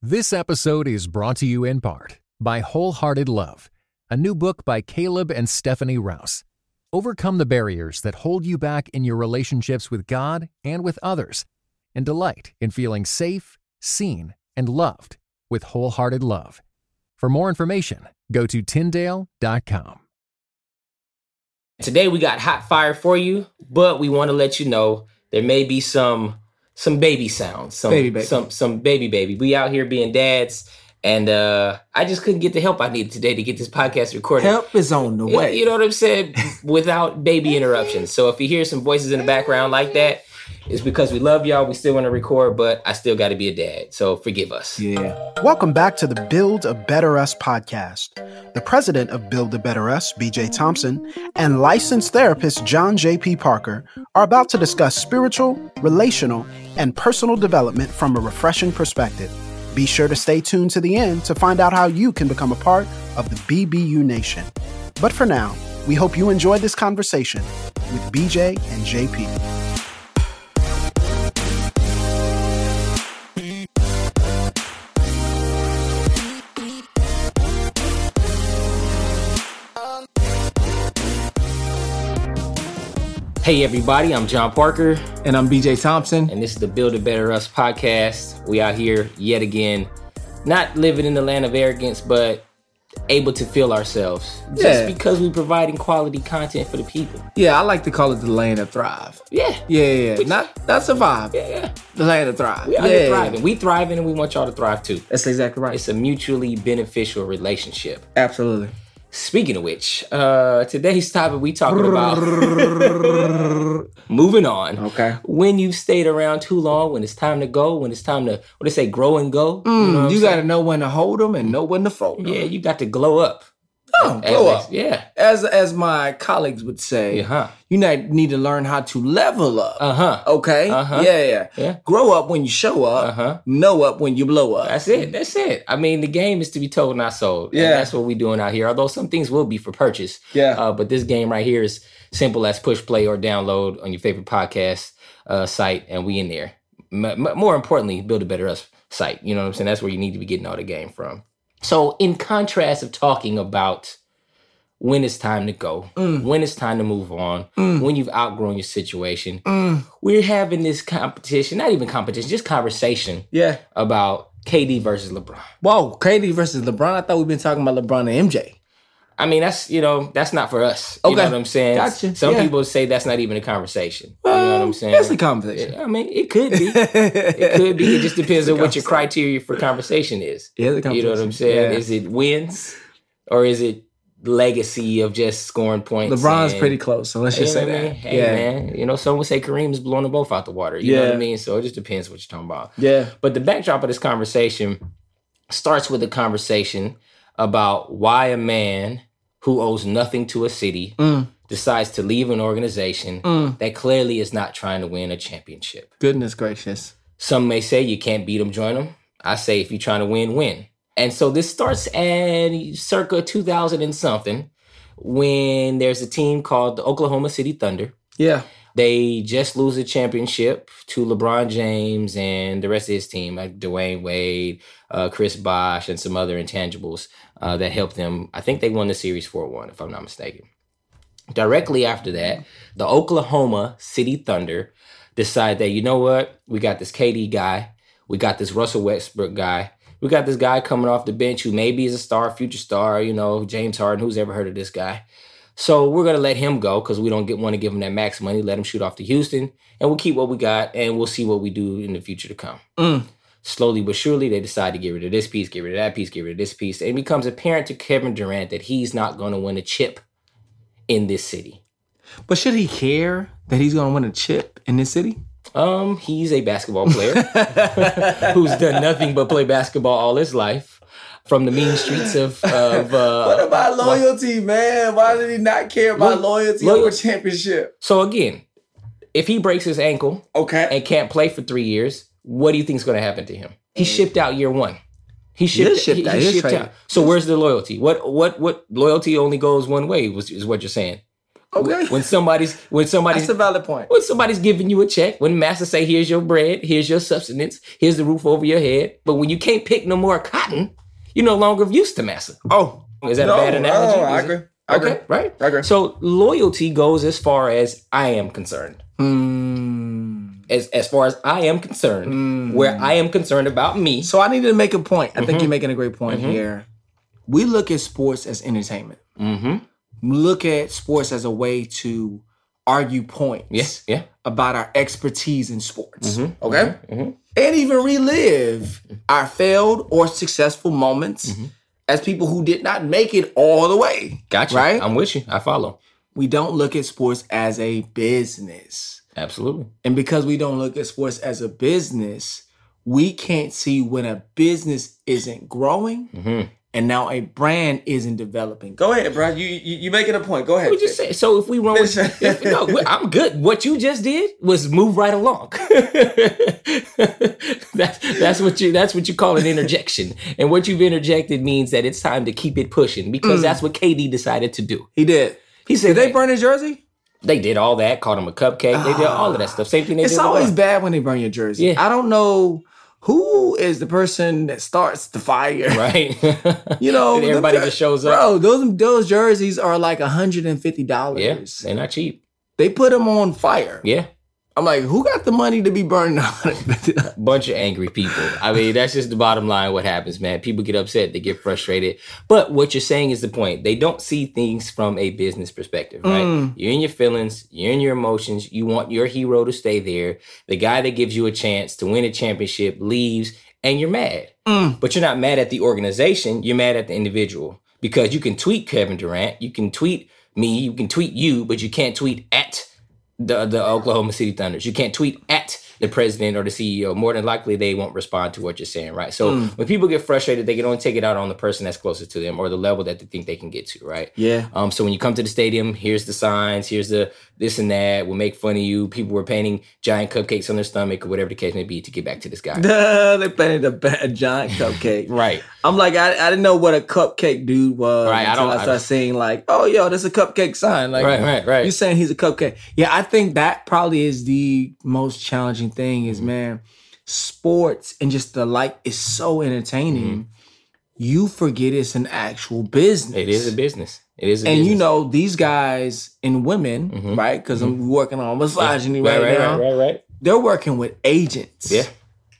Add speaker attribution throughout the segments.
Speaker 1: This episode is brought to you in part by Wholehearted Love, a new book by Caleb and Stephanie Rouse. Overcome the barriers that hold you back in your relationships with God and with others, and delight in feeling safe, seen, and loved with Wholehearted Love. For more information, go to Tyndale.com.
Speaker 2: Today we got hot fire for you, but we want to let you know there may be some some baby sounds, some
Speaker 3: Baby, baby.
Speaker 2: some some baby baby. We out here being dads, and uh I just couldn't get the help I needed today to get this podcast recorded.
Speaker 3: Help is on the
Speaker 2: You-
Speaker 3: way.
Speaker 2: You know what I'm saying? Without baby interruptions. So if you hear some voices in the background like that, it's because we love y'all. We still want to record, but I still got to be a dad. So forgive us.
Speaker 3: yeah.
Speaker 4: Welcome back to the Build a Better Us podcast. The president of Build a Better Us, BJ Thompson, and licensed therapist John J.P. Parker are about to discuss spiritual, relational, and personal development from a refreshing perspective. Be sure to stay tuned to the end to find out how you can become a part of the BBU Nation. But for now, we hope you enjoyed this conversation with BJ and JP.
Speaker 2: Hey, everybody, I'm John Parker.
Speaker 3: And I'm BJ Thompson.
Speaker 2: and this is the Build a Better Us podcast. We out here yet again, not living in the land of arrogance, but able to feel ourselves
Speaker 3: Yeah.
Speaker 2: just because we providing quality content for the people.
Speaker 3: Yeah, I like to call it the land of thrive.
Speaker 2: Yeah,
Speaker 3: Yeah, yeah, yeah. Not not survive.
Speaker 2: yeah, yeah.
Speaker 3: The land of thrive.
Speaker 2: We out
Speaker 3: yeah.
Speaker 2: here thriving. We thriving, and we want y'all to thrive too.
Speaker 3: That's exactly right.
Speaker 2: It's a mutually beneficial relationship.
Speaker 3: Absolutely.
Speaker 2: Speaking of which, uh, today's topic we talking about. moving on.
Speaker 3: Okay.
Speaker 2: When you've stayed around too long, when it's time to go, when it's time to what they say, grow and go.
Speaker 3: You, got to know when to hold them and know when to fold 'em.
Speaker 2: Yeah, you got to glow up.
Speaker 3: Oh, blow
Speaker 2: Alex,
Speaker 3: up.
Speaker 2: Yeah.
Speaker 3: As as my colleagues would say,
Speaker 2: Uh huh.
Speaker 3: you need need to learn how to level up.
Speaker 2: Uh huh.
Speaker 3: okay.
Speaker 2: Uh-huh.
Speaker 3: Yeah, yeah,
Speaker 2: Yeah.
Speaker 3: Grow up when you show up.
Speaker 2: Uh huh.
Speaker 3: Know up when you blow up.
Speaker 2: That's it. That's it. I mean, the game is to be told, not sold. And
Speaker 3: Yeah.
Speaker 2: that's what we're doing out here. Although some things will be for purchase.
Speaker 3: Yeah.
Speaker 2: Uh, but this game right here is simple as push play or download on your favorite podcast uh, site, and we in there. M- m- more importantly, build a better us site. You know what I'm saying? That's where you need to be getting all the game from. So, in contrast of talking about when it's time to go,
Speaker 3: Mm.
Speaker 2: when it's time to move on, when you've outgrown your situation,
Speaker 3: Mm.
Speaker 2: we're having this competition, not even competition, just conversation
Speaker 3: yeah.
Speaker 2: about KD versus LeBron.
Speaker 3: Whoa, KD versus LeBron. I thought we've been talking about LeBron and MJ.
Speaker 2: I mean, that's you know, that's not for us. You
Speaker 3: Okay.
Speaker 2: know what I'm saying?
Speaker 3: Gotcha.
Speaker 2: Some
Speaker 3: Yeah.
Speaker 2: people say that's not even a conversation. you know what I'm saying?
Speaker 3: That's the conversation.
Speaker 2: I mean, it could be. It could be. It just depends on what your criteria for conversation is.
Speaker 3: Yeah,
Speaker 2: You know
Speaker 3: the
Speaker 2: what
Speaker 3: conversation.
Speaker 2: I'm saying?
Speaker 3: Yeah.
Speaker 2: Is it wins or is it legacy of just scoring points?
Speaker 3: LeBron's
Speaker 2: and-
Speaker 3: pretty close, so let's
Speaker 2: You know
Speaker 3: just say
Speaker 2: what I
Speaker 3: that.
Speaker 2: mean? Hey,
Speaker 3: yeah.
Speaker 2: man. You know, some would say Kareem's blowing them both out the water. You know what I
Speaker 3: Yeah.
Speaker 2: mean? So it just depends what you're talking about.
Speaker 3: Yeah.
Speaker 2: But the backdrop of this conversation starts with a conversation about why a man who owes nothing to a city
Speaker 3: Mm.
Speaker 2: decides to leave an organization
Speaker 3: Mm.
Speaker 2: that clearly is not trying to win a championship.
Speaker 3: Goodness gracious.
Speaker 2: Some may say you can't beat them, join them. I say if you're trying to win, win. And so this starts at circa 2000 and something when there's a team called the Oklahoma City Thunder.
Speaker 3: Yeah.
Speaker 2: They just lose a championship to LeBron James and the rest of his team, like Dwayne Wade, uh, Chris Bosh, and some other intangibles uh, that helped them. I think they won the series 4 1, if I'm not mistaken. Directly after that, the Oklahoma City Thunder decide that, you know what? We got this KD guy. We got this Russell Westbrook guy. We got this guy coming off the bench who maybe is a star, future star, you know, James Harden. Who's ever heard of this guy? So we're gonna let him go because we don't get want to give him that max money. Let him shoot off to Houston, and we'll keep what we got, and we'll see what we do in the future to come.
Speaker 3: Mm.
Speaker 2: Slowly but surely, they decide to get rid of this piece, get rid of that piece, get rid of this piece. And it becomes apparent to Kevin Durant that he's not gonna win a chip in this city.
Speaker 3: But should he care that he's gonna win a chip in this city?
Speaker 2: Um, he's a basketball player who's done nothing but play basketball all his life, from the mean streets of of uh,
Speaker 3: about loyalty, man? Why did he not care
Speaker 2: about loyalty over
Speaker 3: championship?
Speaker 2: So again, if he breaks his ankle,
Speaker 3: Okay.
Speaker 2: and can't play for three years, what do you think's going to happen to him? He shipped out year one. He shipped,
Speaker 3: is shipped
Speaker 2: he-
Speaker 3: out.
Speaker 2: he
Speaker 3: Mm. He is
Speaker 2: shipped
Speaker 3: traded.
Speaker 2: out. So where's the loyalty? What what what loyalty only goes one way was, is what you're saying.
Speaker 3: Okay.
Speaker 2: When somebody's when somebody's
Speaker 3: That's a valid point.
Speaker 2: when somebody's giving you a check, when master say, "Here's your bread, here's your subsistence, here's the roof over your head," but when you can't pick no more cotton, you're no longer of use to master.
Speaker 3: Oh,
Speaker 2: Is that
Speaker 3: no,
Speaker 2: a bad analogy?
Speaker 3: No,
Speaker 2: Is
Speaker 3: I
Speaker 2: it-
Speaker 3: agree. I agree.
Speaker 2: Okay, right?
Speaker 3: I agree.
Speaker 2: So loyalty goes as far as I am concerned.
Speaker 3: Hmm.
Speaker 2: As as far as I am concerned, where I am concerned about me.
Speaker 3: Mm. So I needed to make a point. I think you're making a great point here. We look at sports as entertainment.
Speaker 2: Mm-hmm.
Speaker 3: Look at sports as a way to argue points
Speaker 2: Yes. Yeah.
Speaker 3: about our expertise in sports. Okay?
Speaker 2: mhm.
Speaker 3: And even relive our failed or successful moments as people who did not make it all the way.
Speaker 2: Gotcha.
Speaker 3: Right?
Speaker 2: I'm with you. I follow.
Speaker 3: we don't look at sports as a business.
Speaker 2: Absolutely.
Speaker 3: And because we don't look at sports as a business, we can't see when a business isn't growing
Speaker 2: Mhm.
Speaker 3: and now a brand isn't developing. Go ahead, bro. You you, you making a point. Go ahead.
Speaker 2: We just say so. If we run, with,
Speaker 3: Listen.
Speaker 2: if, no, we- I'm good. What you just did was move right along. that's that's what you that's what you call an interjection, and what you've interjected means that it's time to keep it pushing
Speaker 3: Mm.
Speaker 2: because that's what KD decided to do.
Speaker 3: he did.
Speaker 2: He said
Speaker 3: Did they
Speaker 2: "Hey,
Speaker 3: burn his jersey?
Speaker 2: They did all that, called him a cupcake. They did all of that stuff. Same thing they
Speaker 3: Ah. It's
Speaker 2: did. with
Speaker 3: always
Speaker 2: LeBron.
Speaker 3: bad when they burn your jersey.
Speaker 2: Yeah.
Speaker 3: I don't know who is the person that starts the fire.
Speaker 2: right.
Speaker 3: You know,
Speaker 2: And everybody
Speaker 3: them jer-
Speaker 2: just shows up.
Speaker 3: Bro, those those jerseys are like $150.
Speaker 2: yeah, they're not cheap.
Speaker 3: They put them on fire.
Speaker 2: Yeah,
Speaker 3: I'm like, who got the money to be burning $150?
Speaker 2: bunch of angry people. I mean, that's just the bottom line. What happens, man? People get upset, they get frustrated. But what you're saying is the point. They don't see things from a business perspective, right?
Speaker 3: Mm.
Speaker 2: You're in your feelings, you're in your emotions. You want your hero to stay there. The guy that gives you a chance to win a championship leaves, and you're mad.
Speaker 3: Mm.
Speaker 2: But you're not mad at the organization, you're mad at the individual. Because you can tweet Kevin Durant, you can tweet me, you can tweet you, but you can't tweet at the, the Oklahoma City Thunders. You can't tweet at the president or the CEO. More than likely, they won't respond to what you're saying, right? So when people get frustrated, they can only take it out on the person that's closest to them or the level that they think they can get to, right?
Speaker 3: Yeah.
Speaker 2: Um, so when you come to the stadium, here's the signs, here's the this and that. We'll make fun of you. People were painting giant cupcakes on their stomach or whatever the case may be to get back to this guy.
Speaker 3: they planted a, ba- a giant cupcake.
Speaker 2: right.
Speaker 3: I'm like, I, I didn't know what a cupcake dude was
Speaker 2: Right, I
Speaker 3: until I,
Speaker 2: don't- I-
Speaker 3: started seeing like, oh, yo, that's a cupcake sign. Like,
Speaker 2: Right, right, right.
Speaker 3: you saying he's a cupcake? Yeah, I think that probably is the most challenging thing. Is
Speaker 2: Mm-hmm.
Speaker 3: man, sports and just the like is so entertaining. You forget it's an actual business.
Speaker 2: Mm-hmm. It is a business. It is a
Speaker 3: and
Speaker 2: business.
Speaker 3: you know these guys and women,
Speaker 2: Mhm.
Speaker 3: right? Because I'm working on misogyny
Speaker 2: right,
Speaker 3: right,
Speaker 2: right,
Speaker 3: now.
Speaker 2: right, right, right.
Speaker 3: They're working with agents.
Speaker 2: Yeah.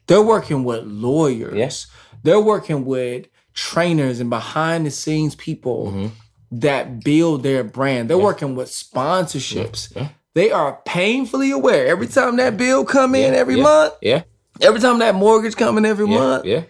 Speaker 3: They're working with lawyers.
Speaker 2: Yes.
Speaker 3: They're working with trainers and behind the scenes people
Speaker 2: Mhm.
Speaker 3: that build their brand. They're working with sponsorships.
Speaker 2: Yeah.
Speaker 3: They are painfully aware every time that bill come in
Speaker 2: Yeah.
Speaker 3: every
Speaker 2: Yeah.
Speaker 3: month,
Speaker 2: Yeah.
Speaker 3: every time that mortgage come in every
Speaker 2: Yeah.
Speaker 3: month,
Speaker 2: Yeah.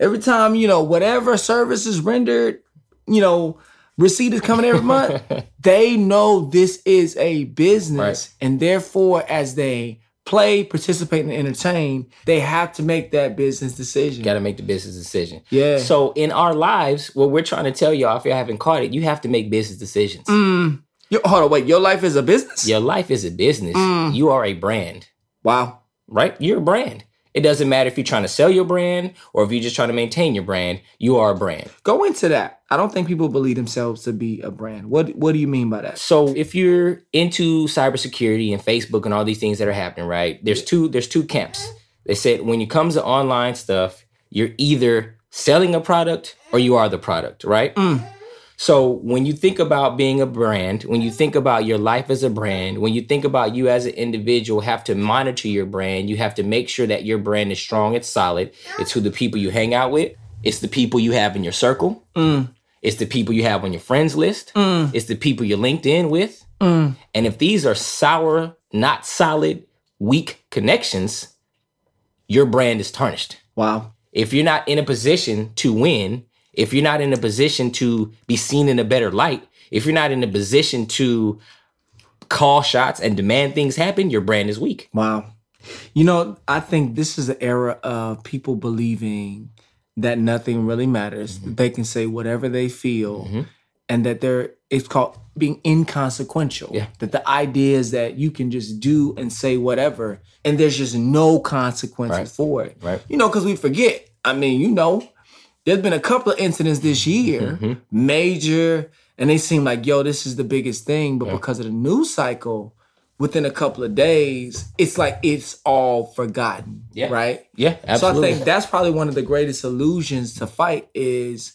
Speaker 3: every time, you know, whatever service is rendered, you know, receipt is coming every month. they know this is a business and therefore as they play participate and entertain they have to make that business decision
Speaker 2: Got to make the business decision.
Speaker 3: yeah
Speaker 2: So in our lives, what we're trying to tell y'all, if y'all haven't caught it, you have to make business decisions.
Speaker 3: Mm. Yo- hold on wait your life is a business
Speaker 2: Your life is a business.
Speaker 3: Mm.
Speaker 2: You are a brand,
Speaker 3: wow
Speaker 2: right? You're a brand. It doesn't matter if you're trying to sell your brand or if you're just trying to maintain your brand. You are a brand.
Speaker 3: go into that i don't think people believe themselves to be a brand what what do you mean by that
Speaker 2: So if you're into cybersecurity and Facebook and all these things that are happening, right? There's two there's two camps. They said when it comes to online stuff, you're either selling a product or you are the product, right? So when you think about being a brand, when you think about your life as a brand, when you think about you as an individual have to monitor your brand, you have to make sure that your brand is strong, it's solid, it's who the people you hang out with, it's the people you have in your circle. It's the people you have on your friends list.
Speaker 3: Mm.
Speaker 2: It's the people you're linked in with. And if these are sour, not solid, weak connections, your brand is tarnished.
Speaker 3: wow
Speaker 2: If you're not in a position to win, if you're not in a position to be seen in a better light, if you're not in a position to call shots and demand things happen, your brand is weak.
Speaker 3: wow you know i think this is the era of people believing that nothing really matters
Speaker 2: Mm-hmm.
Speaker 3: that they can say whatever they feel and that they're it's called being inconsequential.
Speaker 2: Yeah.
Speaker 3: That the idea is that you can just do and say whatever, and there's just no consequences
Speaker 2: Right.
Speaker 3: for it.
Speaker 2: Right.
Speaker 3: You know, because we
Speaker 2: Mm-hmm.
Speaker 3: forget. I mean, you know, there's been a couple of incidents this year, major and they seem like, yo, this is the biggest thing. But because of the news cycle, within a couple of days, it's like it's all forgotten.
Speaker 2: Yeah.
Speaker 3: Right.
Speaker 2: Yeah, absolutely.
Speaker 3: So I think that's probably one of the greatest illusions to fight is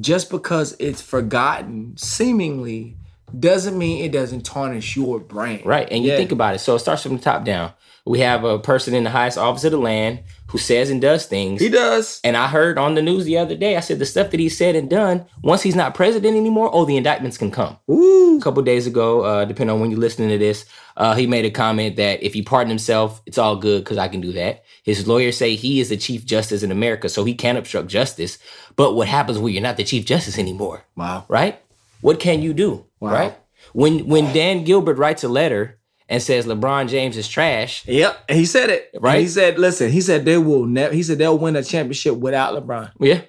Speaker 3: just because it's forgotten, seemingly, doesn't mean it doesn't tarnish your brand.
Speaker 2: Right. And you
Speaker 3: Yeah.
Speaker 2: think about it. So it starts from the top down. We have a person in the highest office of the land who says and does things.
Speaker 3: He does.
Speaker 2: And I heard on the news the other day, I said the stuff that he said and done, once he's not president anymore, oh, the indictments can come. A couple days ago, uh, depending on when you're listening to this, uh, he made a comment that if he pardoned himself, it's all good because I can do that. His lawyers say he is the chief justice in America, so he can't obstruct justice. But what happens when you're not the chief justice anymore?
Speaker 3: Wow.
Speaker 2: right? What can you do? Right? When when Dan Gilbert writes a letter and says LeBron James is trash,
Speaker 3: Yep. And he said it.
Speaker 2: Right.
Speaker 3: And he said, listen, he said they will never he said they'll win a championship without LeBron.
Speaker 2: yeah.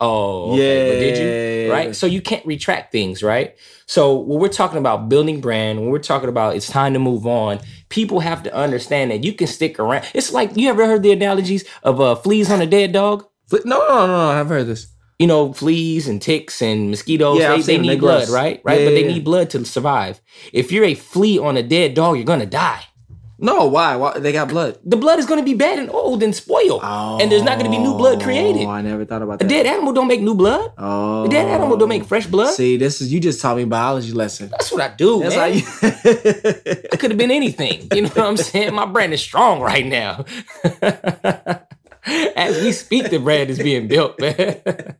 Speaker 2: Oh, okay. But did you?
Speaker 3: Yeah.
Speaker 2: Right? So you can't retract things, right? So when we're talking about building brand, when we're talking about it's time to move on, people have to understand that you can stick around. It's like you ever heard the analogies of uh, fleas on a dead dog?
Speaker 3: But no, no, no, no, I've heard this.
Speaker 2: you know, fleas and ticks and mosquitoes,
Speaker 3: Yeah,
Speaker 2: they,
Speaker 3: I've
Speaker 2: they
Speaker 3: seen them.
Speaker 2: need
Speaker 3: They
Speaker 2: blood,
Speaker 3: gross.
Speaker 2: right? Right?
Speaker 3: Yeah,
Speaker 2: but
Speaker 3: yeah,
Speaker 2: they
Speaker 3: yeah.
Speaker 2: need blood to survive. If you're a flea on a dead dog, you're gonna die.
Speaker 3: No, why? Why they got blood?
Speaker 2: The blood is gonna be bad and old and spoiled. and there's not gonna be new blood created.
Speaker 3: Oh, I never thought about
Speaker 2: A
Speaker 3: that.
Speaker 2: dead animal don't make new blood.
Speaker 3: Oh,
Speaker 2: A dead animal don't make fresh blood.
Speaker 3: See, this is you just taught me biology lesson.
Speaker 2: That's what I do,
Speaker 3: That's
Speaker 2: man.
Speaker 3: how you.
Speaker 2: it could have been anything. You know what I'm saying? My brand is strong right now. As we speak, the brand is being built, man.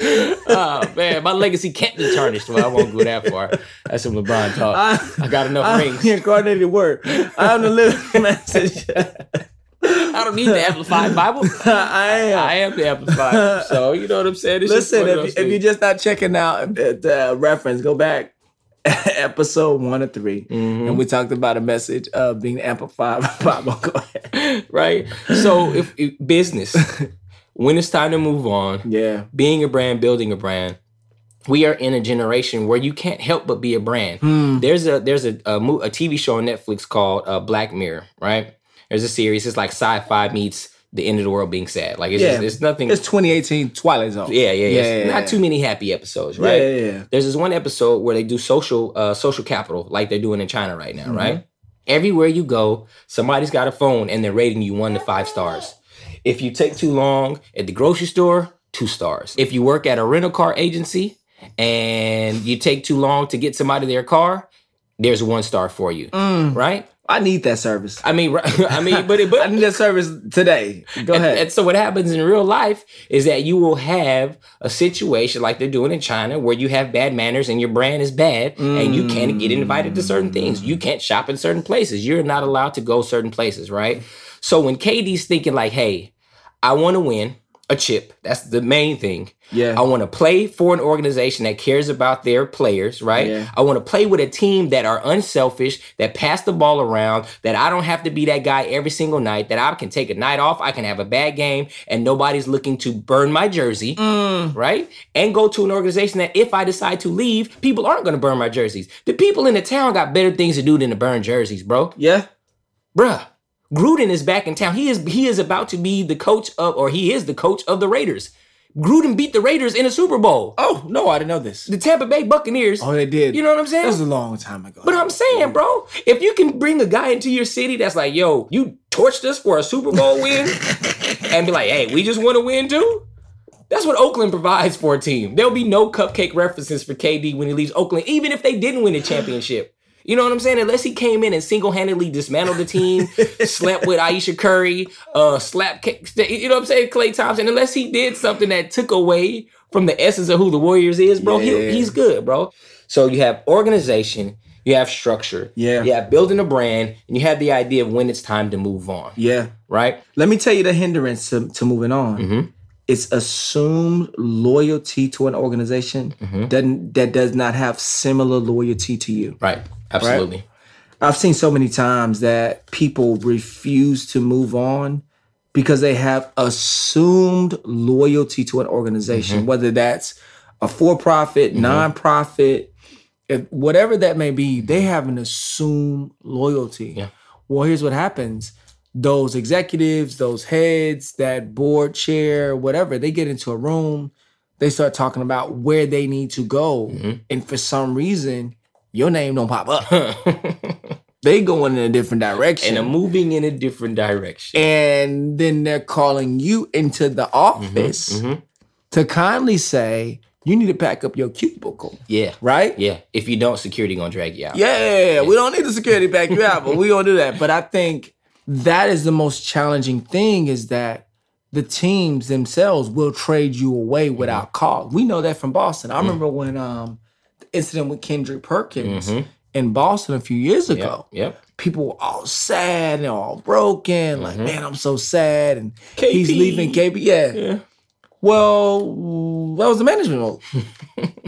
Speaker 2: oh man, my legacy can't be tarnished. Well, I won't go that far. That's some LeBron talk.
Speaker 3: Uh,
Speaker 2: I, got enough rings.
Speaker 3: The incarnated word. I'm the living message.
Speaker 2: I don't need the amplified Bible.
Speaker 3: I am.
Speaker 2: I am the amplified. So you know what I'm saying? It's just one
Speaker 3: Listen,
Speaker 2: of
Speaker 3: if,
Speaker 2: those
Speaker 3: if you're
Speaker 2: things.
Speaker 3: just not checking out the, the reference, go back episode one or 3
Speaker 2: Mm-hmm.
Speaker 3: and we talked about a message of being amplified. by Bob, go ahead.
Speaker 2: right. So if, if business, when it's time to move on,
Speaker 3: Yeah,
Speaker 2: being a brand, building a brand. We are in a generation where you can't help but be a brand.
Speaker 3: Hmm.
Speaker 2: There's a there's a a, mo- a TV show on Netflix called uh, Black Mirror, right? There's a series. It's like sci-fi meets the end of the world being sad. Like it's
Speaker 3: Yeah.
Speaker 2: just, it's nothing.
Speaker 3: it's 2018 Twilight Zone.
Speaker 2: yeah, yeah, yeah. It's
Speaker 3: yeah,
Speaker 2: Not
Speaker 3: yeah.
Speaker 2: too many happy episodes, right?
Speaker 3: Yeah, yeah, yeah.
Speaker 2: There's this one episode where they do social uh, social capital, like they're doing in China right now, right? Everywhere you go, somebody's got a phone and they're rating you one to five stars. If you take too long at the grocery store, two stars. If you work at a rental car agency and you take too long to get somebody their car, there's one star for you, right?
Speaker 3: I need that service.
Speaker 2: I mean, right- I mean, but it, but
Speaker 3: I need that service today. Go
Speaker 2: and-
Speaker 3: ahead.
Speaker 2: And so what happens in real life is that you will have a situation like they're doing in China where you have bad manners and your brand is bad and you can't get invited to certain things. You can't shop in certain places. You're not allowed to go certain places, right? So when KD's thinking like, hey, I want to win a chip. That's the main thing.
Speaker 3: Yeah.
Speaker 2: I want to play for an organization that cares about their players, right?
Speaker 3: Yeah.
Speaker 2: I want to play with a team that are unselfish, that pass the ball around, that I don't have to be that guy every single night, that I can take a night off, I can have a bad game, and nobody's looking to burn my jersey,
Speaker 3: Mm.
Speaker 2: right? And go to an organization that if I decide to leave, people aren't going to burn my jerseys. The people in the town got better things to do than to burn jerseys, bro
Speaker 3: yeah.
Speaker 2: bruh, Gruden is back in town. He is he is about to be the coach of, or he is the coach of the Raiders. Gruden beat the Raiders in a Super Bowl.
Speaker 3: Oh no, I didn't know this.
Speaker 2: The Tampa Bay Buccaneers.
Speaker 3: Oh, they did.
Speaker 2: You know what I'm
Speaker 3: That was a
Speaker 2: saying?
Speaker 3: long time ago.
Speaker 2: But I'm saying, bro, if you can bring a guy into your city that's like, yo, you torched us for a Super Bowl win, and be like, hey, we just want to win too. That's what Oakland provides for a team. There'll be no cupcake references for KD when he leaves Oakland, even if they didn't win a championship. You know what I'm saying? Unless he came in and single-handedly dismantled the team, slept with Aisha Curry, uh, slapped, K- you know what I'm saying, Clay Thompson. Unless he did something that took away from the essence of who the Warriors is, bro, he-
Speaker 3: Yeah.
Speaker 2: he's good, bro. So you have organization, you have structure,
Speaker 3: Yeah.
Speaker 2: you have building a brand, and you have the idea of when it's time to move on,
Speaker 3: yeah.
Speaker 2: right?
Speaker 3: Let me tell you the hindrance to, to moving on. It's assumed loyalty to an organization that, that does not have similar loyalty to you.
Speaker 2: Right, absolutely.
Speaker 3: I've seen so many times that people refuse to move on because they have assumed loyalty to an organization, whether that's a for profit, non-profit, if, whatever that may be, they have an assumed loyalty.
Speaker 2: Yeah.
Speaker 3: Well, here's what happens those executives, those heads, that board chair, whatever, they get into a room, they start talking about where they need to go,
Speaker 2: Mhm.
Speaker 3: and for some reason, your name don't pop up. They going in a different direction,
Speaker 2: and I'm moving in a different direction.
Speaker 3: and then they're calling you into the
Speaker 2: Mm-hmm,
Speaker 3: office
Speaker 2: Mhm.
Speaker 3: to kindly say you need to pack up your cubicle,
Speaker 2: Yeah.
Speaker 3: right?
Speaker 2: Yeah. If you don't, security gonna drag you out.
Speaker 3: Yeah, we don't need the security back you out, but we gonna do that. But I think that is the most challenging thing is that the teams themselves will trade you away
Speaker 2: Mm-hmm.
Speaker 3: without cause. We know that from Boston.
Speaker 2: Mm.
Speaker 3: I remember when um the incident with Kendrick Perkins
Speaker 2: Mhm.
Speaker 3: in Boston a few years
Speaker 2: Yep.
Speaker 3: ago.
Speaker 2: Yep.
Speaker 3: People were all sad and all broken, like,
Speaker 2: Mm-hmm.
Speaker 3: man, I'm so sad. And he's
Speaker 2: KP.
Speaker 3: leaving KP. Yeah.
Speaker 2: Yeah.
Speaker 3: Well, that was the management role.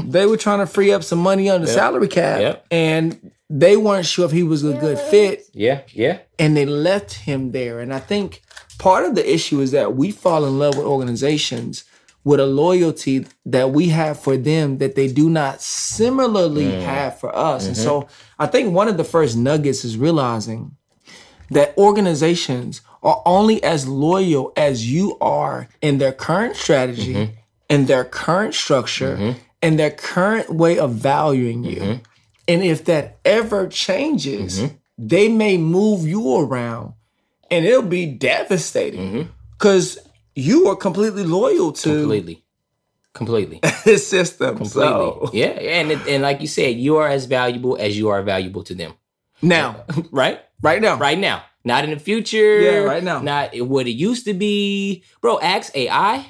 Speaker 3: they were trying to free up some money on the salary cap,
Speaker 2: Yep.
Speaker 3: and they weren't sure if he was a good fit,
Speaker 2: Yeah. Yeah.
Speaker 3: and they left him there. And I think part of the issue is that we fall in love with organizations with a loyalty that we have for them that they do not similarly
Speaker 2: Mm.
Speaker 3: have for us.
Speaker 2: Mm-hmm.
Speaker 3: And so I think one of the first nuggets is realizing that organizations are only as loyal as you are in their current strategy,
Speaker 2: Mm-hmm.
Speaker 3: in their current structure, and their current way of valuing you.
Speaker 2: Mm-hmm.
Speaker 3: And if that ever changes,
Speaker 2: Mm-hmm.
Speaker 3: they may move you around and it'll be devastating because you are completely loyal to
Speaker 2: Mm-hmm. Completely. Completely.
Speaker 3: this system. So
Speaker 2: Completely. Yeah. And it, and like you said, you are as valuable as you are valuable to them.
Speaker 3: now,
Speaker 2: Right?
Speaker 3: right now,
Speaker 2: Right now. Not in the future.
Speaker 3: Yeah, right now.
Speaker 2: Not what it used to be. Bro, ask AI.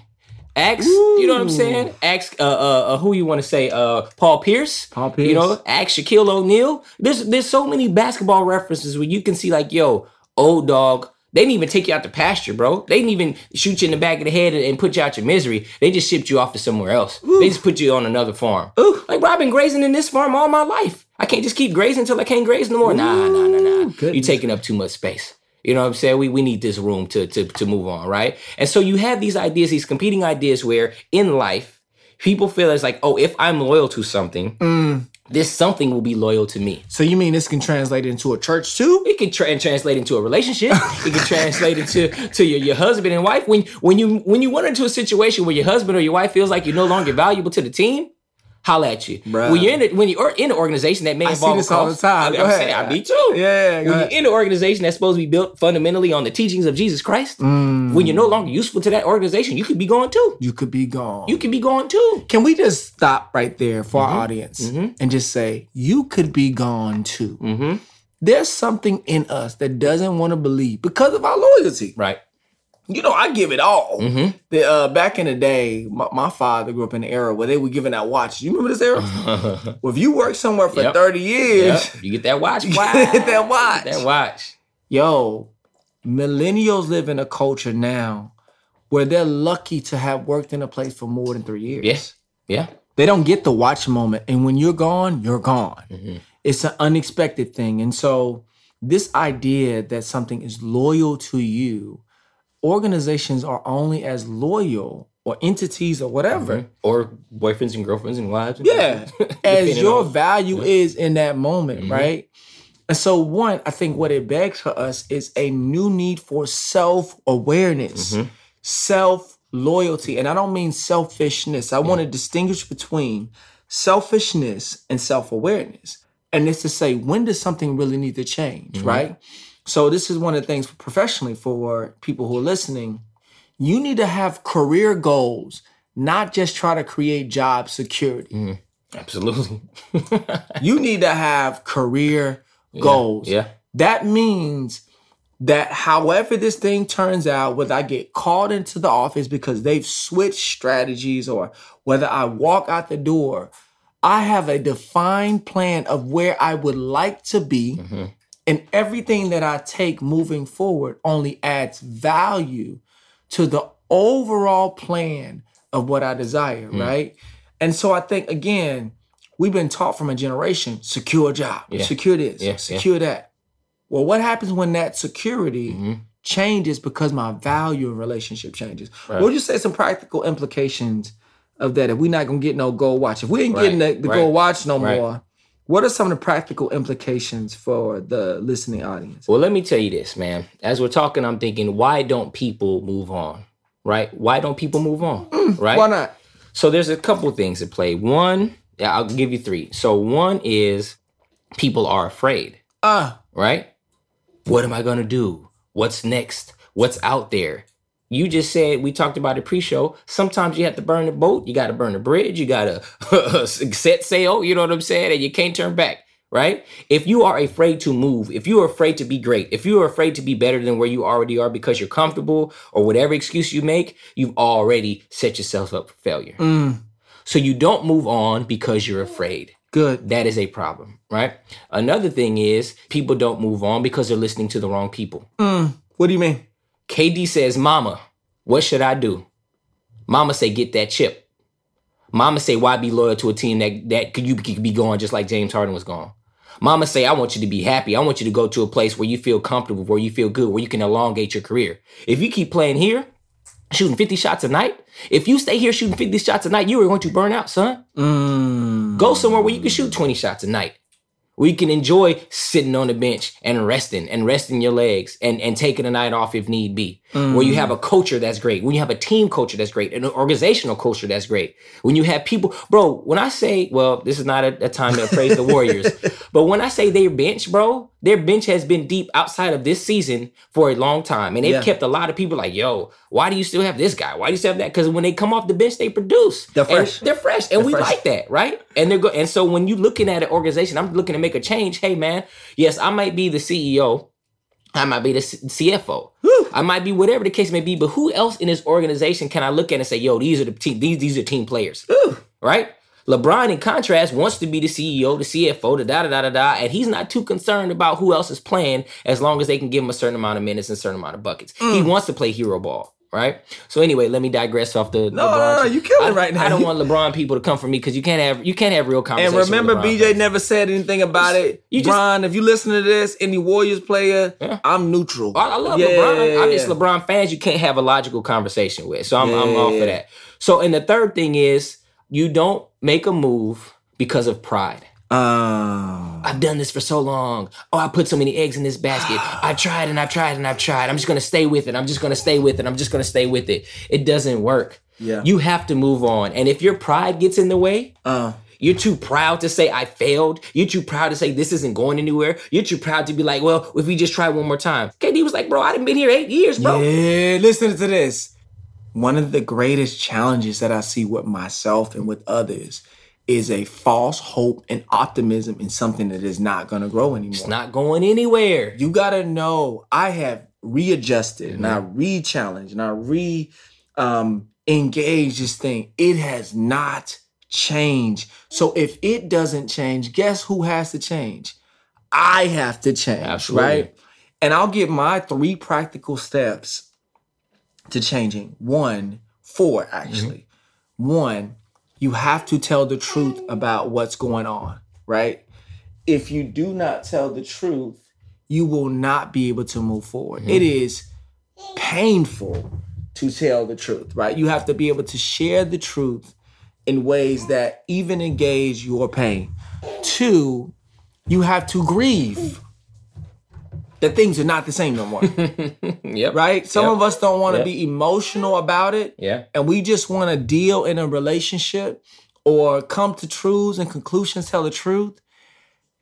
Speaker 2: Ask, you know what I'm saying? Ask uh, uh, uh who you want to say, uh Paul Pierce.
Speaker 3: Paul
Speaker 2: You
Speaker 3: Pierce.
Speaker 2: know, ask Shaquille O'Neal. There's there's so many basketball references where you can see like, yo, old dog. They didn't even take you out the pasture, bro. They didn't even shoot you in the back of the head and- and put you out your misery. They just shipped you off to somewhere else. They just put you on another farm.
Speaker 3: Ooh.
Speaker 2: Like, bro, I've been grazing in this farm all my life. I can't just keep grazing until I can't graze no more. nah, nah, nah, nah. You
Speaker 3: goodness.
Speaker 2: taking up too much space. You know what I'm saying? We, we need this room to, to, to move on, right? And so you have these ideas, these competing ideas where in life, people feel it's like, oh, if I'm loyal to something, this something will be loyal to me.
Speaker 3: So you mean this can translate into a church too?
Speaker 2: It can tra- translate into a relationship. It can translate into to your, your husband and wife. When when you when you run into a situation where your husband or your wife feels like you're no longer valuable to the team, holla at you.
Speaker 3: Bruh.
Speaker 2: When you're in a, when you're in an organization that may
Speaker 3: I see
Speaker 2: involve a
Speaker 3: this all the
Speaker 2: cost-
Speaker 3: time.
Speaker 2: I mean,
Speaker 3: Go
Speaker 2: I'm
Speaker 3: ahead.
Speaker 2: saying, I me too.
Speaker 3: Yeah, go
Speaker 2: When
Speaker 3: ahead.
Speaker 2: you're in an organization that's supposed to be built fundamentally on the teachings of Jesus Christ,
Speaker 3: Mm.
Speaker 2: when you're no longer useful to that organization, you could be gone too.
Speaker 3: You could be gone.
Speaker 2: You could be gone too.
Speaker 3: can we just stop right there for
Speaker 2: Mm-hmm.
Speaker 3: our audience and just say you could be gone too?
Speaker 2: Mhm.
Speaker 3: There's something in us that doesn't want to believe because of our loyalty.
Speaker 2: Right.
Speaker 3: You know, I give it all.
Speaker 2: Mm-hmm.
Speaker 3: The, uh, back in the day, my, my father grew up in an era where they were giving out watches. You remember this era? well, if you work somewhere for
Speaker 2: Yep.
Speaker 3: 30 years,
Speaker 2: Yep. You get that watch.
Speaker 3: you
Speaker 2: Wow.
Speaker 3: get that watch.
Speaker 2: That watch.
Speaker 3: Yo, millennials live in a culture now where they're lucky to have worked in a place for more than three years.
Speaker 2: Yes. Yeah.
Speaker 3: They don't get the watch moment. And when you're gone, you're gone. It's an unexpected thing. And so, this idea that something is loyal to you, organizations are only as loyal or entities or whatever
Speaker 2: Or boyfriends and girlfriends and wives. And
Speaker 3: yeah as
Speaker 2: Depending
Speaker 3: your
Speaker 2: on- Mm-hmm.
Speaker 3: value is in that moment right and so one i think what it begs for us is a new need for self-awareness
Speaker 2: Mm-hmm.
Speaker 3: self loyalty and i don't mean selfishness i want to distinguish between selfishness and self-awareness and it's to say when does something really need to change
Speaker 2: Mm-hmm.
Speaker 3: right so this is one of the things professionally for people who are listening you need to have career goals not just try to create job security
Speaker 2: Absolutely.
Speaker 3: you need to have career goals.
Speaker 2: Yeah.
Speaker 3: That means that however this thing turns out, whether I get called into the office because they've switched strategies or whether I walk out the door, I have a defined plan of where I would like to be.
Speaker 2: Mm-hmm.
Speaker 3: And everything that I take moving forward only adds value to the overall plan of what I desire,
Speaker 2: Mm.
Speaker 3: right? And so I think, again, we've been taught from a generation secure a job,
Speaker 2: Yeah.
Speaker 3: secure this,
Speaker 2: Yeah, yeah.
Speaker 3: secure that. Well, what happens when that security
Speaker 2: Mm-hmm.
Speaker 3: changes because my value in relationship changes? What would you say some practical implications of that if we're not gonna get no gold watch? If we ain't getting the,
Speaker 2: Right,
Speaker 3: the
Speaker 2: right,
Speaker 3: gold watch no
Speaker 2: right.
Speaker 3: more, what are some of the practical implications for the listening audience?
Speaker 2: Well, let me tell you this, man. As we're talking, I'm thinking, why don't people move on? Right? Why don't people move on? Right?
Speaker 3: Mm, Why not?
Speaker 2: So there's a couple things at play. One, yeah, I'll give you three. So one is people are afraid,
Speaker 3: Uh,
Speaker 2: right? What am I gonna do? What's next? What's out there? You just said we talked about it pre-show. Sometimes you have to burn the boat. You got to burn the bridge. You got to set sail. You know what I'm saying? And you can't turn back, right? If you are afraid to move, if you are afraid to be great, if you are afraid to be better than where you already are because you're comfortable or whatever excuse you make, you've already set yourself up for failure.
Speaker 3: mm,
Speaker 2: So you don't move on because you're afraid.
Speaker 3: good.
Speaker 2: That is a problem, right? Another thing is people don't move on because they're listening to the wrong people.
Speaker 3: Mm, what do you mean?
Speaker 2: KD says, "Mama, what should I do?" Mama say, "Get that chip." Mama say, "Why be loyal to a team that that could you could be gone just like James Harden was gone?" Mama say, "I want you to be happy. I want you to go to a place where you feel comfortable, where you feel good, where you can elongate your career. If you keep playing here, shooting 50 shots a night, if you stay here shooting 50 shots a night, you are going to burn out, son. Go somewhere where you can shoot 20 shots a night. Where you can enjoy sitting on the bench and resting and resting your legs and, and taking a night off if need be. Where you have a culture that's great, when you have a team culture that's great, an organizational culture that's great, when you have people, bro, when I say, well, this is not a, a time to praise the Warriors, but when I say their bench, bro, their bench has been deep outside of this season for a long time. And they've
Speaker 3: Yeah.
Speaker 2: kept a lot of people like, yo, why do you still have this guy? Why do you still have that? Because when they come off the bench, they produce.
Speaker 3: They're
Speaker 2: And
Speaker 3: fresh.
Speaker 2: they're fresh. And we
Speaker 3: fresh.
Speaker 2: like that, right? And they're go- and so when you're looking at an organization, I'm looking to make a change. Hey man, yes, I might be the CEO. I might be the C- CFO. I might be whatever the case may be, but who else in this organization can I look at and say, yo, these are the team, these, these are team players. Right? LeBron, in contrast, wants to be the CEO, the CFO, the da da da da da, and he's not too concerned about who else is playing as long as they can give him a certain amount of minutes and a certain amount of buckets.
Speaker 3: Mm.
Speaker 2: He wants to play hero ball, right? So anyway, let me digress off the
Speaker 3: No, no, no, you killing
Speaker 2: I,
Speaker 3: it right now.
Speaker 2: I don't
Speaker 3: You-
Speaker 2: want LeBron people to come for me because you can't have you can't have real
Speaker 3: And
Speaker 2: conversation. with
Speaker 3: remember,
Speaker 2: LeBron
Speaker 3: BJ
Speaker 2: fans.
Speaker 3: never said anything about it.
Speaker 2: you
Speaker 3: You
Speaker 2: just-
Speaker 3: Bron, if you listen to this, any Warriors player, I'm neutral.
Speaker 2: I, I love LeBron. I'm just LeBron fans. You can't have a logical conversation with, so I'm, I'm
Speaker 3: Yeah,
Speaker 2: all
Speaker 3: yeah.
Speaker 2: for that. So, and the third thing is, you don't make a move because of pride.
Speaker 3: Uh,
Speaker 2: I've done this for so long. Oh, I put so many eggs in this basket. I tried and I've tried and I've tried. I'm just gonna stay with it. I'm just gonna stay with it. I'm just gonna stay with it. It doesn't work.
Speaker 3: Yeah.
Speaker 2: You have to move on. And if your pride gets in the way,
Speaker 3: uh,
Speaker 2: you're too proud to say I failed. You're too proud to say this isn't going anywhere. You're too proud to be like, well, if we just try one more time. KD was like, bro, I done been here eight years, bro.
Speaker 3: yeah, listen to this. One of the greatest challenges that I see with myself and with others is a false hope and optimism in something that is not going to grow anymore.
Speaker 2: It's not going anywhere.
Speaker 3: You gotta know I have readjusted and I re-challenged and I re um engaged this thing. It has not changed. So if it doesn't change, guess who has to change? I have to change,
Speaker 2: Absolutely.
Speaker 3: right? And I'll give my three practical steps to changing. One, four actually. One, you have to tell the truth about what's going on, right? If you do not tell the truth, you will not be able to move forward. It
Speaker 2: Mm-hmm.
Speaker 3: is painful to tell the truth, right? You have to be able to share the truth in ways that even engage your pain. Two, you have to grieve that things are not the same no more,
Speaker 2: Yep.
Speaker 3: right? Some
Speaker 2: Yep.
Speaker 3: of us don't want to
Speaker 2: Yep.
Speaker 3: be emotional about it
Speaker 2: Yeah.
Speaker 3: and we just want to deal in a relationship or come to truths and conclusions, tell the truth,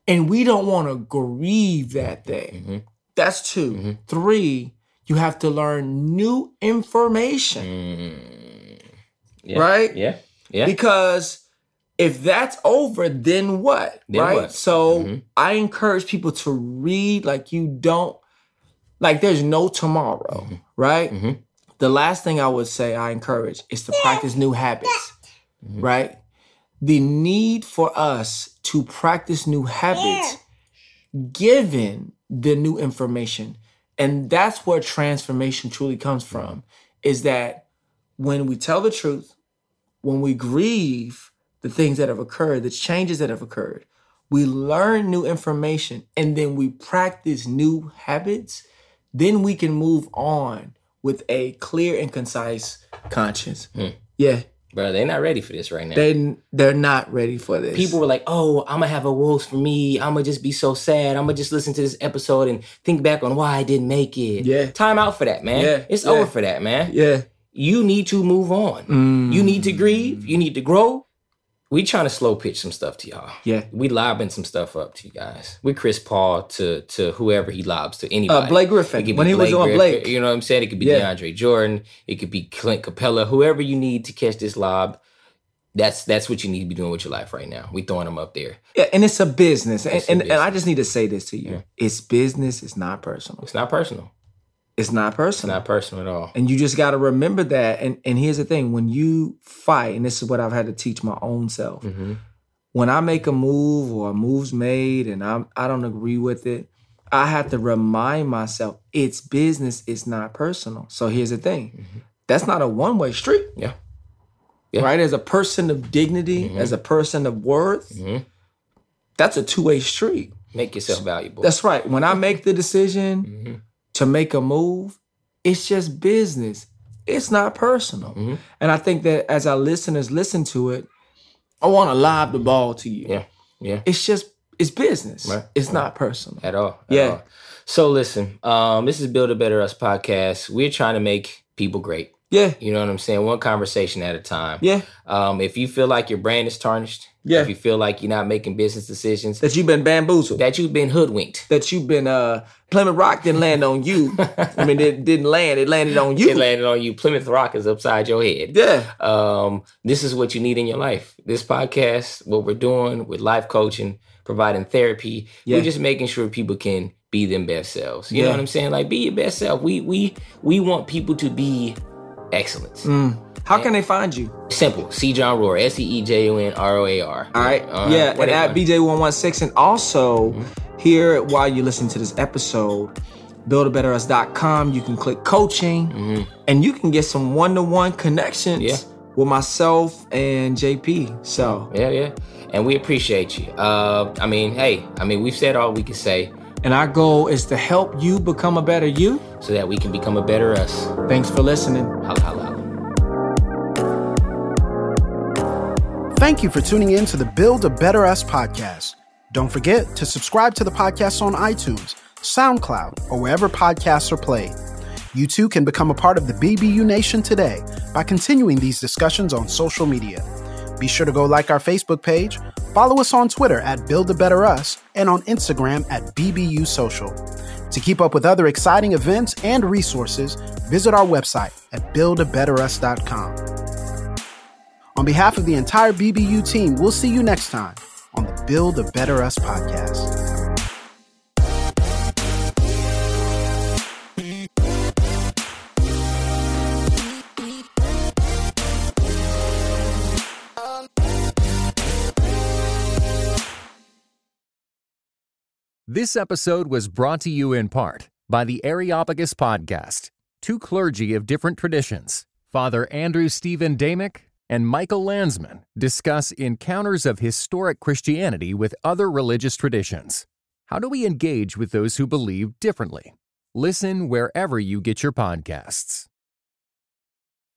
Speaker 3: and we don't want to grieve that thing. That's 2 Three, you have to learn new information,
Speaker 2: Mm, Yeah.
Speaker 3: right?
Speaker 2: Mm-hmm. Yeah. Yeah.
Speaker 3: Because if that's over, then what?
Speaker 2: Then
Speaker 3: right?
Speaker 2: what? Mm-hmm.
Speaker 3: So I encourage people to read like you don't, like there's no tomorrow,
Speaker 2: Mm-hmm.
Speaker 3: right? The last thing I would say I encourage is to practice new habits,
Speaker 2: Mm-hmm.
Speaker 3: right? The need for us to practice new habits given the new information. And that's where transformation truly comes from is that when we tell the truth, when we grieve the things that have occurred, the changes that have occurred, we learn new information and then we practice new habits, then we can move on with a clear and concise conscience.
Speaker 2: Hmm.
Speaker 3: Yeah,
Speaker 2: Bro, they're not ready for this right now.
Speaker 3: they they're not ready for this.
Speaker 2: People were like, oh, I'm going to have a woes for me. I'm going to just be so sad. I'm going to just listen to this episode and think back on why I didn't make it.
Speaker 3: Yeah.
Speaker 2: Time out for that, man.
Speaker 3: Yeah.
Speaker 2: It's
Speaker 3: Yeah.
Speaker 2: over for that, man.
Speaker 3: yeah,
Speaker 2: you need to move on. You need
Speaker 3: Mm.
Speaker 2: to grieve. You need to grow. We trying to slow pitch some stuff to y'all.
Speaker 3: Yeah.
Speaker 2: We lobbing some stuff up to you guys. We Chris Paul to to whoever he lobs to anybody.
Speaker 3: Uh, Blake Griffin.
Speaker 2: It could be
Speaker 3: When he was on
Speaker 2: Griffin,
Speaker 3: Blake.
Speaker 2: you know what I'm saying? It could be
Speaker 3: Yeah.
Speaker 2: DeAndre Jordan. It could be Clint Capella. Whoever you need to catch this lob, that's that's what you need to be doing with your life right now. We throwing them up there.
Speaker 3: Yeah, and it's a business. And,
Speaker 2: It's a Hmm.
Speaker 3: and, and I just need to say this to you.
Speaker 2: Yeah.
Speaker 3: It's business, it's not personal.
Speaker 2: It's not personal.
Speaker 3: It's not
Speaker 2: It's
Speaker 3: personal.
Speaker 2: not personal at all.
Speaker 3: and you just gotta remember that. And and here's the thing, when you fight, and this is what I've had to teach my own self,
Speaker 2: hmm
Speaker 3: when I make a move or a move's made and I'm I don't agree with it, I have to remind myself it's business, it's not personal. So here's the thing. That's not a one-way street.
Speaker 2: Yeah. Yeah.
Speaker 3: Right? As a person of dignity, as a person of worth,
Speaker 2: Mhm.
Speaker 3: that's a two-way street.
Speaker 2: Make yourself valuable.
Speaker 3: That's right. When I make the decision
Speaker 2: Mhm.
Speaker 3: to make a move, it's just business. It's not personal.
Speaker 2: Mhm.
Speaker 3: And I think that as our listeners listen to it, I want to lob the ball to you.
Speaker 2: Yeah. Yeah.
Speaker 3: It's just it's business.
Speaker 2: Right.
Speaker 3: It's not personal.
Speaker 2: at all. at
Speaker 3: Yeah.
Speaker 2: all. So listen, um, this is Build a Better Us podcast. We're trying to make people great.
Speaker 3: Yeah.
Speaker 2: You know what I'm saying? One conversation at a time.
Speaker 3: Yeah.
Speaker 2: Um, if you feel like your brand is tarnished,
Speaker 3: Yeah.
Speaker 2: if you feel like you're not making business decisions,
Speaker 3: That you've been bamboozled. That,
Speaker 2: that you've been hoodwinked.
Speaker 3: you've been uh Plymouth Rock didn't land on you. I mean it didn't land, it landed on you.
Speaker 2: It landed on you. Plymouth Rock is upside your head.
Speaker 3: yeah.
Speaker 2: Um, this is what you need in your life. This podcast, what we're doing with life coaching, providing therapy,
Speaker 3: Yeah.
Speaker 2: we're just making sure people can be them best selves. You know
Speaker 3: Yeah.
Speaker 2: what I'm saying? Like be your best self. We we we want people to be excellence.
Speaker 3: Mm. How can they find you?
Speaker 2: Simple. C John Roar. S E E J O N R O A R.
Speaker 3: All right. Mm-hmm.
Speaker 2: Uh,
Speaker 3: yeah, and
Speaker 2: whatever.
Speaker 3: at BJ116. And also, here while you listen to this episode, buildabetterus.com, you can click coaching and you can get some one to one connections
Speaker 2: Yeah.
Speaker 3: with myself and JP. So,
Speaker 2: Yeah, yeah. And we appreciate you. Uh, I mean, hey, I mean, we've said all we can say
Speaker 3: and our goal is to help you become a better you.
Speaker 2: so that we can become a better us.
Speaker 3: Thanks for listening.
Speaker 2: Holla, holla, holla.
Speaker 4: Thank you for tuning in to the Build a Better Us podcast. Don't forget to subscribe to the podcast on iTunes, SoundCloud, or wherever podcasts are played. You too can become a part of the BBU Nation today by continuing these discussions on social media. Be sure to go like our Facebook page, follow us on Twitter at Build a Better Us, and on Instagram at BBU Social. To keep up with other exciting events and resources, visit our website at buildabetterus.com. On behalf of the entire BBU team, we'll see you next time on the Build a Better Us podcast.
Speaker 1: This episode was brought to you in part by the Areopagus Podcast, two clergy of different traditions, Father Andrew Stephen Damick and Michael Landsman, discuss encounters of historic Christianity with other religious traditions. How do we engage with those who believe differently? Listen wherever you get your podcasts.